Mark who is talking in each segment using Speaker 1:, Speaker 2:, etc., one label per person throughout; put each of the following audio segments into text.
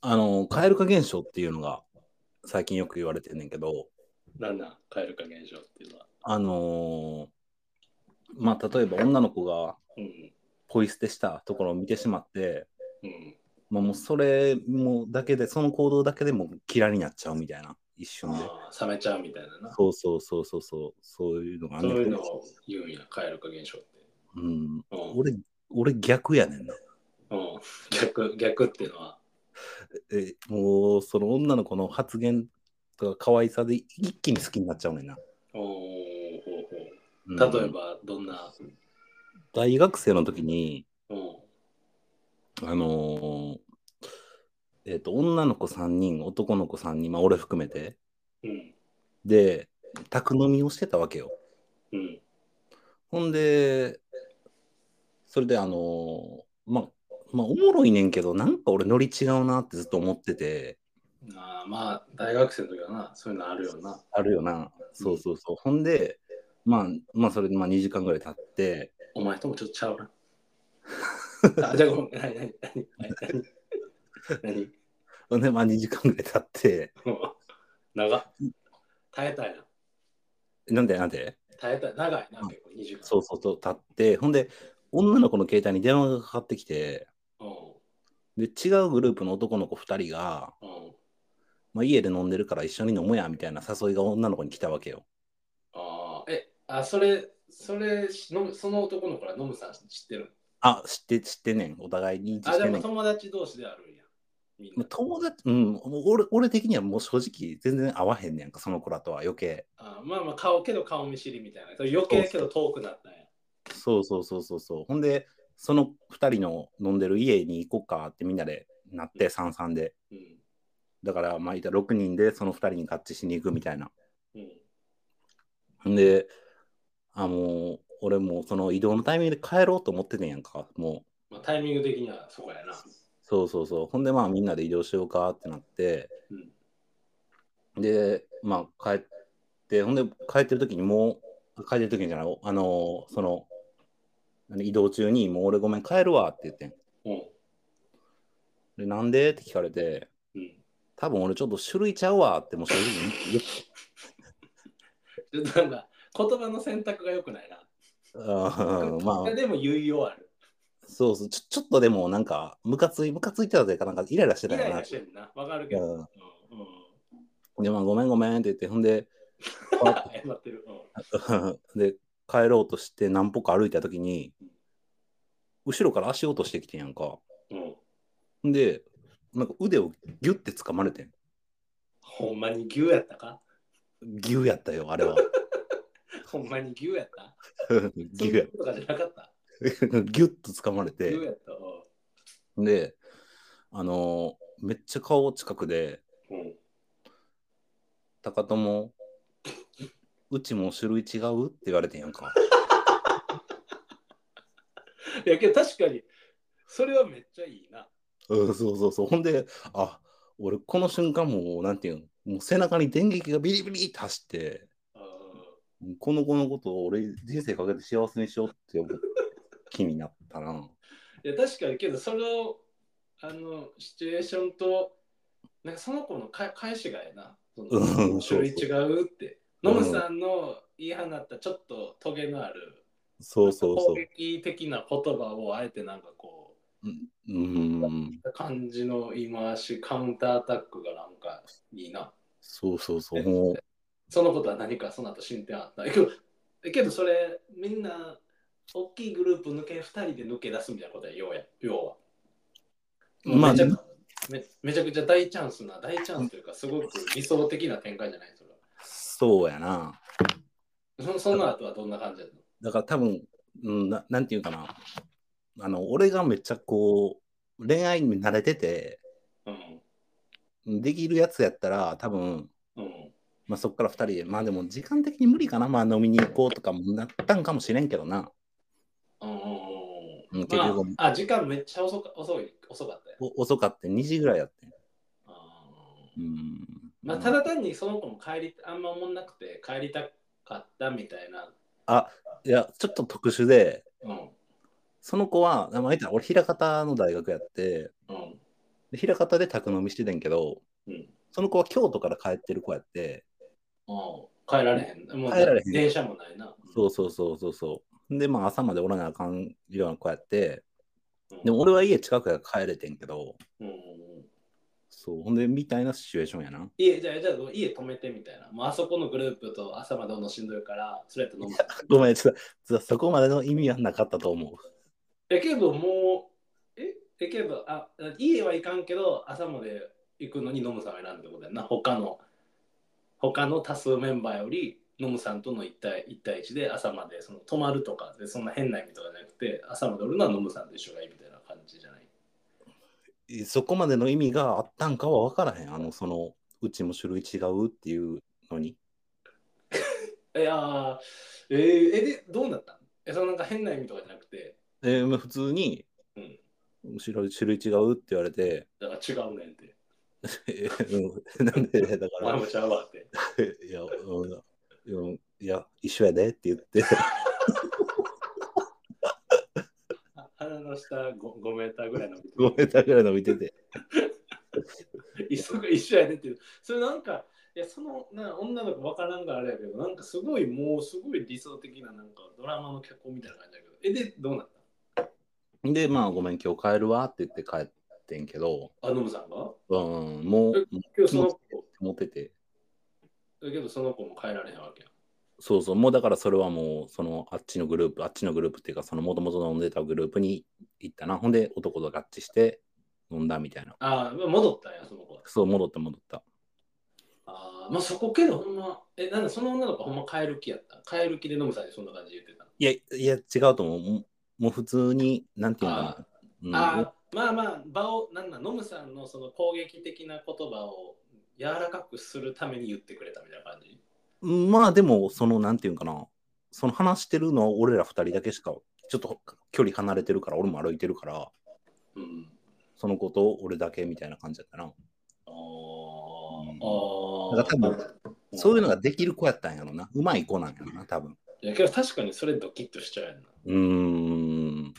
Speaker 1: あの、蛙化現象っていうのが最近よく言われてんねんけど、
Speaker 2: なんなん蛙化現象っていうのは。
Speaker 1: あのーまあ、例えば女の子が
Speaker 2: うん。
Speaker 1: ポイ捨てしたところを見てしまって、
Speaker 2: うん。
Speaker 1: まあ、もうそれもだけで、その行動だけでもう嫌いになっちゃうみたいな、一瞬で。
Speaker 2: ああ、冷めちゃうみたいなな。
Speaker 1: そうそうそうそうそう、そういうのがあん
Speaker 2: そ
Speaker 1: ね
Speaker 2: うんい
Speaker 1: け
Speaker 2: う
Speaker 1: ど
Speaker 2: のを言うんや、蛙化現象って。
Speaker 1: うん、
Speaker 2: うん。
Speaker 1: 俺、俺逆やねんな。
Speaker 2: うん、逆、逆っていうのは。
Speaker 1: え、もうその女の子の発言とか可愛さで一気に好きになっちゃうねんな。
Speaker 2: おーほう
Speaker 1: うん
Speaker 2: ほう例えば、どんな。
Speaker 1: 大学生の時に、
Speaker 2: うん。
Speaker 1: あのーえっ、と、女の子3人、男の子3人、まあ俺含めて、
Speaker 2: うん。
Speaker 1: で、宅飲みをしてたわけよ。
Speaker 2: うん。
Speaker 1: ほんで、それであのーまあ、まあ、おもろいねんけど、なんか俺ノリ違うなってずっと思ってて、
Speaker 2: ああまあ、大学生の時はな、そういうのあるよな。
Speaker 1: あるよな。そうそうそう。ほんで、まあ、まあ、それでまあ2時間ぐらい経って、
Speaker 2: お前ともちょっとちゃう な。あ、じゃあごめん。何、何、何、何、何。
Speaker 1: ほんで、まあ2時間ぐらい経って、
Speaker 2: もう長っ耐えたいな。
Speaker 1: なんでなんで
Speaker 2: 耐えたい。長いな、結構、2時間。
Speaker 1: そうそうそう、経って、ほんで、女の子の携帯に電話がかかってきて、で、違うグループの男の子2人が、
Speaker 2: うん。うん。
Speaker 1: まあ、家で飲んでるから一緒に飲もうや、みたいな誘いが女の子に来たわけよ。
Speaker 2: ああ、え、あ、それ、それ、しのその男の子らノムさん知ってる
Speaker 1: あ、知って、知ってんねん。お互いに知
Speaker 2: あ、
Speaker 1: っ
Speaker 2: で
Speaker 1: てん
Speaker 2: も
Speaker 1: ねん。
Speaker 2: 友達同士であるんや。みん
Speaker 1: まあ
Speaker 2: な。
Speaker 1: 友達、うん、もう俺俺的にはもう正直全然合わへんねんか、その子らとは余計。
Speaker 2: あまあまあ、顔けど顔見知りみたいな。それ余計けど遠くなったんや。
Speaker 1: そうそうそうそうそう。ほんで、その2人の飲んでる家に行こうかってみんなでなって、三々で。
Speaker 2: うん。
Speaker 1: だから、まあ、いた6人でその2人に合致しに行くみたいな。
Speaker 2: うん。
Speaker 1: ほんで、あ、もう、俺もうその移動のタイミングで帰ろうと思っててんやんか、もう。
Speaker 2: まあ、タイミング的にはそこやな。
Speaker 1: そうそうそう。ほんで、まあ、みんなで移動しようかってなって、
Speaker 2: うん。
Speaker 1: で、まあ、帰って、ほんで、帰ってる時にもう、帰ってる時にじゃない、あのーその、何移動中に、もう俺ごめん、帰るわって言ってん。
Speaker 2: うん。
Speaker 1: で、なんでって聞かれて、
Speaker 2: うん。
Speaker 1: 多分俺ちょっと種類ちゃうわって、もう正直よ
Speaker 2: ちょっとなんか、言葉の選択が良くないな。
Speaker 1: く、 あ ーまあ、
Speaker 2: でも言いようある。
Speaker 1: そうそうちょ、ちょっとでもなんか、ムカつい、ムカついてたぜか、なんかイライラして
Speaker 2: イ
Speaker 1: た
Speaker 2: ラ
Speaker 1: よ
Speaker 2: イ
Speaker 1: な
Speaker 2: ラし。てるな。わかるけど。
Speaker 1: う
Speaker 2: うん。うん
Speaker 1: ん、で、まあ、ごめんごめんって言って、ほんで、
Speaker 2: 謝ってる。う
Speaker 1: で、帰ろうとして何歩か歩いた時に、後ろから足音してきてんやんか。
Speaker 2: ん。うん。
Speaker 1: で、なんか腕をギュッて掴まれてん。
Speaker 2: ほんまに牛やったか
Speaker 1: ギュやったよ、あ れは。
Speaker 2: ほんまに牛やった
Speaker 1: ギュや。
Speaker 2: とかじゃなかった
Speaker 1: ギュッと掴まれ
Speaker 2: 牛
Speaker 1: て。
Speaker 2: やった。
Speaker 1: で、あのーめっちゃ顔近くで、
Speaker 2: うん。
Speaker 1: 高友、うちも種類違うって言われてんやんか。
Speaker 2: いやけど確かに、それはめっちゃいいな。
Speaker 1: うん、そうそうそう。ほんで、あ、俺この瞬間もう、なんていうの、もう背中に電撃がビリビリって走って、
Speaker 2: うん
Speaker 1: この子のことを俺人生かけて幸せにしようって思う気になったな。
Speaker 2: いや確かにけど、その、あの、シチュエーションと、なんかその子のか返しがええな。そ
Speaker 1: うん
Speaker 2: の種類違うって。
Speaker 1: そ
Speaker 2: ノ
Speaker 1: うそう
Speaker 2: ムさんの言い放ったちょっとトゲのある
Speaker 1: そうそうそ
Speaker 2: 攻
Speaker 1: う。
Speaker 2: 撃的な言葉をあえてなんかこ
Speaker 1: うん、
Speaker 2: う感じの言い回しカウンターアタックがなんかいいな
Speaker 1: そうそうそう。もう
Speaker 2: そのことは何かその後進展あったけどけどそれみんな大きいグループ抜け2人で抜け出すみたいなことや要や要は
Speaker 1: まあ
Speaker 2: めちゃくめめちゃくちゃ大チャンスな大チャンスというかすごく理想的な展開じゃないそれは
Speaker 1: そうやな。
Speaker 2: そその後はどんな感じだったの
Speaker 1: だから多分、うん、ななんていうかな。あの、俺がめっちゃこう、恋愛に慣れてて、できるやつやったら、多分、
Speaker 2: うんうん
Speaker 1: まあ、そこから2人で、まあでも時間的に無理かな、まあ飲みに行こうとかもなったんかもしれんけどな。
Speaker 2: う
Speaker 1: うん
Speaker 2: ん
Speaker 1: 結局
Speaker 2: まあ、あ時間めっちゃ遅か遅い遅かったよ
Speaker 1: お遅かって2時ぐらいやってん。
Speaker 2: あ
Speaker 1: う
Speaker 2: ー
Speaker 1: ん。
Speaker 2: まあ、ただ単にその子も帰りあんま思んなくて帰りたかったみたいな。
Speaker 1: いや、ちょっと特殊で、
Speaker 2: うん。
Speaker 1: その子は、まあ、言ったら俺、平方の大学やって、
Speaker 2: うん。
Speaker 1: で、平方で宅飲みしててんけど、
Speaker 2: うん
Speaker 1: その子は京都から帰ってる子やって、
Speaker 2: うん帰られへん。もう
Speaker 1: 帰られへん
Speaker 2: 電車もないな。
Speaker 1: そうそうそうそうそう。で、まあ朝までおらなあかんような子やって、
Speaker 2: うん
Speaker 1: でも俺は家近くやから帰れてんけど、
Speaker 2: うんうんうん
Speaker 1: そう、ほんで、みたいなシチュエーションやな。
Speaker 2: 家じゃあ、じゃあ家止めてみたいな。もうあそこのグループと朝までおんのしんどいから、それやって飲む。
Speaker 1: ごめん、ちょっと、そそこまでの意味はなかったと思う。
Speaker 2: えけどもう、ええけど、あ、家はいかんけど、朝まで行くのに飲むさんを選んだってことやな。他の、他の多数メンバーより、飲むさんとの一対一対一で朝までその泊まるとかでそんな変な意味とかじゃなくて朝までおるのは飲むさんと一緒がいいみたいな感じじゃない
Speaker 1: そこまでの意味があったんかは分からへん。あの、その、うちも種類違うっていうのに。
Speaker 2: いやー、えー、え、で、どうなったんえ、そのなんか変な意味とかじゃなくて、
Speaker 1: えーまあ普通に、
Speaker 2: うん
Speaker 1: 後ろ種類違うって言われて、
Speaker 2: だから違うねんって、
Speaker 1: えうんなん で、だか
Speaker 2: お前
Speaker 1: ら
Speaker 2: もちゃうわって。
Speaker 1: いや、うんうんいや、一緒やでって言って、
Speaker 2: あ鼻の下 5, 5メーターぐらいの。
Speaker 1: 5メーターぐらい伸びてて。
Speaker 2: 一緒一緒やねんっていう。それなんか、いや、そのな女の子わからんがあれやけど、なんかすごいもうすごい理想的ななんかドラマの脚本みたいな感じだけど、え、で、どうなっ
Speaker 1: で、まあ、ごめん、今日帰るわって言って帰ってんけど、
Speaker 2: たあ、ノムさんが
Speaker 1: うん、もう、
Speaker 2: 今日その子、
Speaker 1: 持ってて。
Speaker 2: だけどその子も帰られへんわけや。
Speaker 1: そうそう、もうだからそれはもう、そのあっちのグループ、あっちのグループっていうか、そのもともと飲んでたグループに行ったな。ほんで、男と合致して飲んだみたいな。
Speaker 2: あー、戻ったんや、その子は。
Speaker 1: そう、戻った戻った。
Speaker 2: あーまあそこけどほんま、え、なんだその女の子ほんま帰る気やった。帰る気でノムさんにそんな感じで言ってた。
Speaker 1: いや、いや、違うと思う。もうもう普通に、なんていうんかな。うん
Speaker 2: あーまあまあ場をなんなんノムさんのその攻撃的な言葉を柔らかくするために言ってくれたみたいな感じ
Speaker 1: まあ、でも、その、なんていうんかな。その話してるのは俺ら二人だけしか、ちょっと距離離れてるから、俺も歩いてるから、
Speaker 2: うん
Speaker 1: その子と俺だけみたいな感じだったな。
Speaker 2: あ
Speaker 1: うん
Speaker 2: ー
Speaker 1: だ
Speaker 2: あ
Speaker 1: から多
Speaker 2: 分
Speaker 1: そういうの
Speaker 2: が
Speaker 1: ができる子やったんやろな。うまい子なんやろな、多分。
Speaker 2: いやけど確かにそれドキッとしちゃうやんな
Speaker 1: うーん。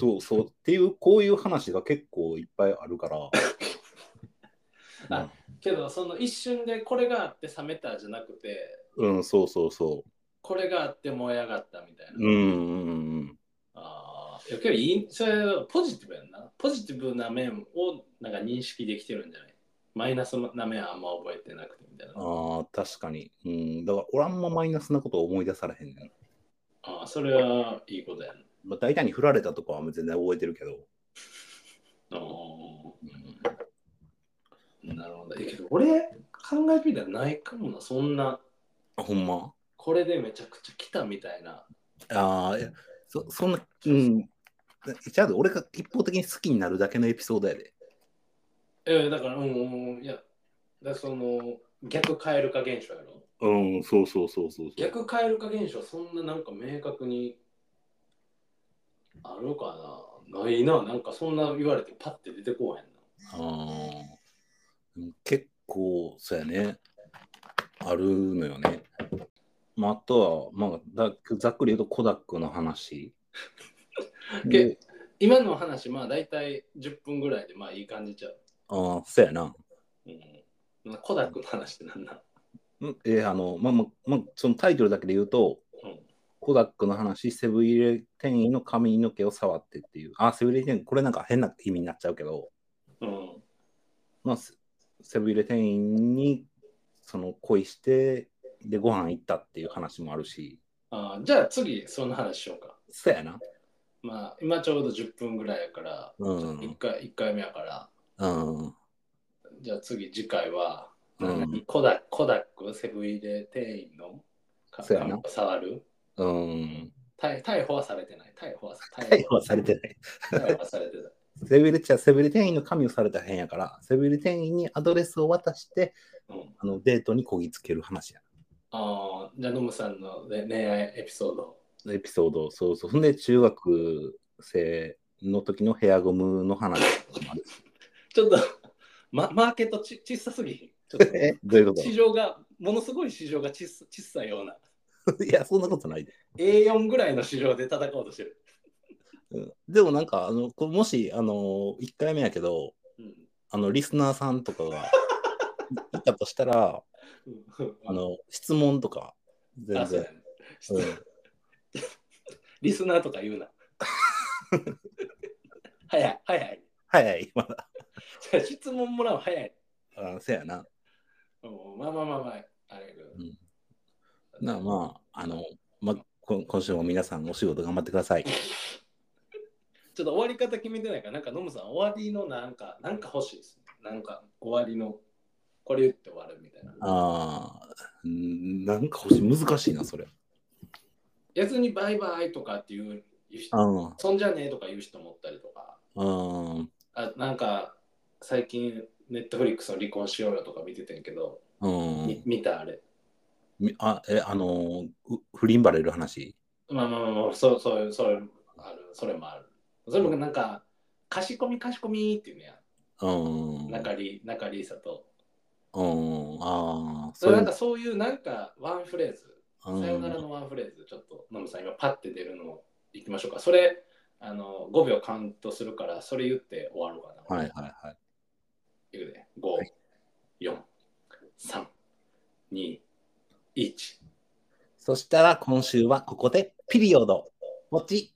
Speaker 1: そうそう。っていう、こういう話が結構いっぱいあるから。
Speaker 2: あけどその一瞬でこれがあって冷めたじゃなくて
Speaker 1: うん、そうそうそ
Speaker 2: これがあって燃え上がったみたいな、
Speaker 1: う。うんうんうん。
Speaker 2: ああいやけどいいそれはポジティブやんなポジティブな面をなんか認識できてるんじゃないマイナスな面はあんま覚えてなくてみたいな
Speaker 1: ああ、確かに。うん。だから、俺あんまマイナスなことを思い出されへんねん。
Speaker 2: ああ、それはいいことやな。
Speaker 1: まあ、大体に振られたとかは全然覚えてるけど。
Speaker 2: ああなるほど。えけど俺、考えてみたらないかもな、そんな、
Speaker 1: あほんま
Speaker 2: これでめちゃくちゃ来たみたいな。
Speaker 1: ああ、いやそそんな、うん。ちゃうで俺が一方的に好きになるだけのエピソードやで。
Speaker 2: えだから、うんうんうん、いや、だからその、逆蛙化現象やろ。
Speaker 1: うん、そうそうそうそうそう。
Speaker 2: 逆蛙化現象、そんななんか明確にあるかな。ないな、なんかそんな言われてパッて出てこうへんな。
Speaker 1: あーでも結構そうやねあるのよね、まあ、あとは、まあ、だざっくり言うとコダックの話
Speaker 2: け今の話、まあ大体10分ぐらいで、まあいい感じちゃう。
Speaker 1: ああそうやな
Speaker 2: うん。コダックの話ってなんなん
Speaker 1: んえーあのまあまあ、まあ、そのタイトルだけで言うと、
Speaker 2: うん
Speaker 1: コダックの話セブン入れ店員の髪の毛を触ってっていうあセブン入れ店員これなんか変な意味になっちゃうけど、
Speaker 2: うん。
Speaker 1: まあ、セセブン入れ店員にその恋してでご飯行ったっていう話もあるし
Speaker 2: あーじゃあ次その話しようか。
Speaker 1: そうやな
Speaker 2: まあ今ちょうど10分ぐらいやから、
Speaker 1: うん
Speaker 2: 一回一回目やから、
Speaker 1: うん
Speaker 2: じゃあ次次回は、
Speaker 1: うん
Speaker 2: コダコダックセブン入れ店員のか
Speaker 1: そうやな
Speaker 2: 髪を触る
Speaker 1: うん。
Speaker 2: 逮逮捕はされてない。逮捕はさ
Speaker 1: 逮捕はされてない。
Speaker 2: 逮捕はされてない。
Speaker 1: セビルちゃセビル店員の神をされたら変やから、セビル店員にアドレスを渡して、
Speaker 2: うん、
Speaker 1: あのデートにこぎつける話や。
Speaker 2: あーじゃあノムさんの、ね、恋愛エピソード。
Speaker 1: エピソード、そうそう。ほんで、中学生の時のヘアゴムの話もある。
Speaker 2: ちょっと、 ま、マーケットち小さすぎひん。ちょっ
Speaker 1: えどういう
Speaker 2: と
Speaker 1: こ
Speaker 2: 市場が、ものすごい市場が小さ小さいような。
Speaker 1: といや、そんなことないで。
Speaker 2: A4 ぐらいの市場で戦おうとしてる。
Speaker 1: うんでもなんか、あのこれもし、あの、1回目やけど、
Speaker 2: うん
Speaker 1: あのリスナーさんとか がいたとしたらあの質問とか全
Speaker 2: あそう
Speaker 1: 然
Speaker 2: や、ね
Speaker 1: うん
Speaker 2: リスナーとか言うな。 早い、早い。
Speaker 1: 早いまだ
Speaker 2: じゃあ質問もらう、早い。
Speaker 1: あせやな
Speaker 2: うんまあまあまあまあ、あれやけど
Speaker 1: うんなまああの、ま、こ今週も皆さんお仕事頑張ってください
Speaker 2: ちょっと終わり方決めてないから、なんかノムさん、終わりのなんか、なんか欲しいですね。なんか、終わりの、これ言って終わるみたいな。
Speaker 1: あーんなんか欲しい難しいなそれ
Speaker 2: 別にバイバイとかっていう人、
Speaker 1: うんうん
Speaker 2: そんじゃねえとか言う人もおったりとか、
Speaker 1: うん
Speaker 2: あなんか、最近、ネットフリックスの離婚しようよとか見ててんけど、み見たあれ。
Speaker 1: みあえあのーう不倫バレる話
Speaker 2: まあまあまあまあ、そうそういう、それある、それもある。それもなんか、かしこみかしこみっていうねや
Speaker 1: うん
Speaker 2: ん。中里、中里さと。
Speaker 1: うんああ
Speaker 2: それなんかそういう、なんか、ワンフレーズ。
Speaker 1: うん
Speaker 2: さよならのワンフレーズ、ちょっと、ノムさん、今、パッて出るのをいきましょうか。それ、あの、5秒カウントするから、それ言って終わろうかな。
Speaker 1: はいはいはい
Speaker 2: い。くで、5、4、3、2、1。
Speaker 1: そしたら今週はここでピリオドポチ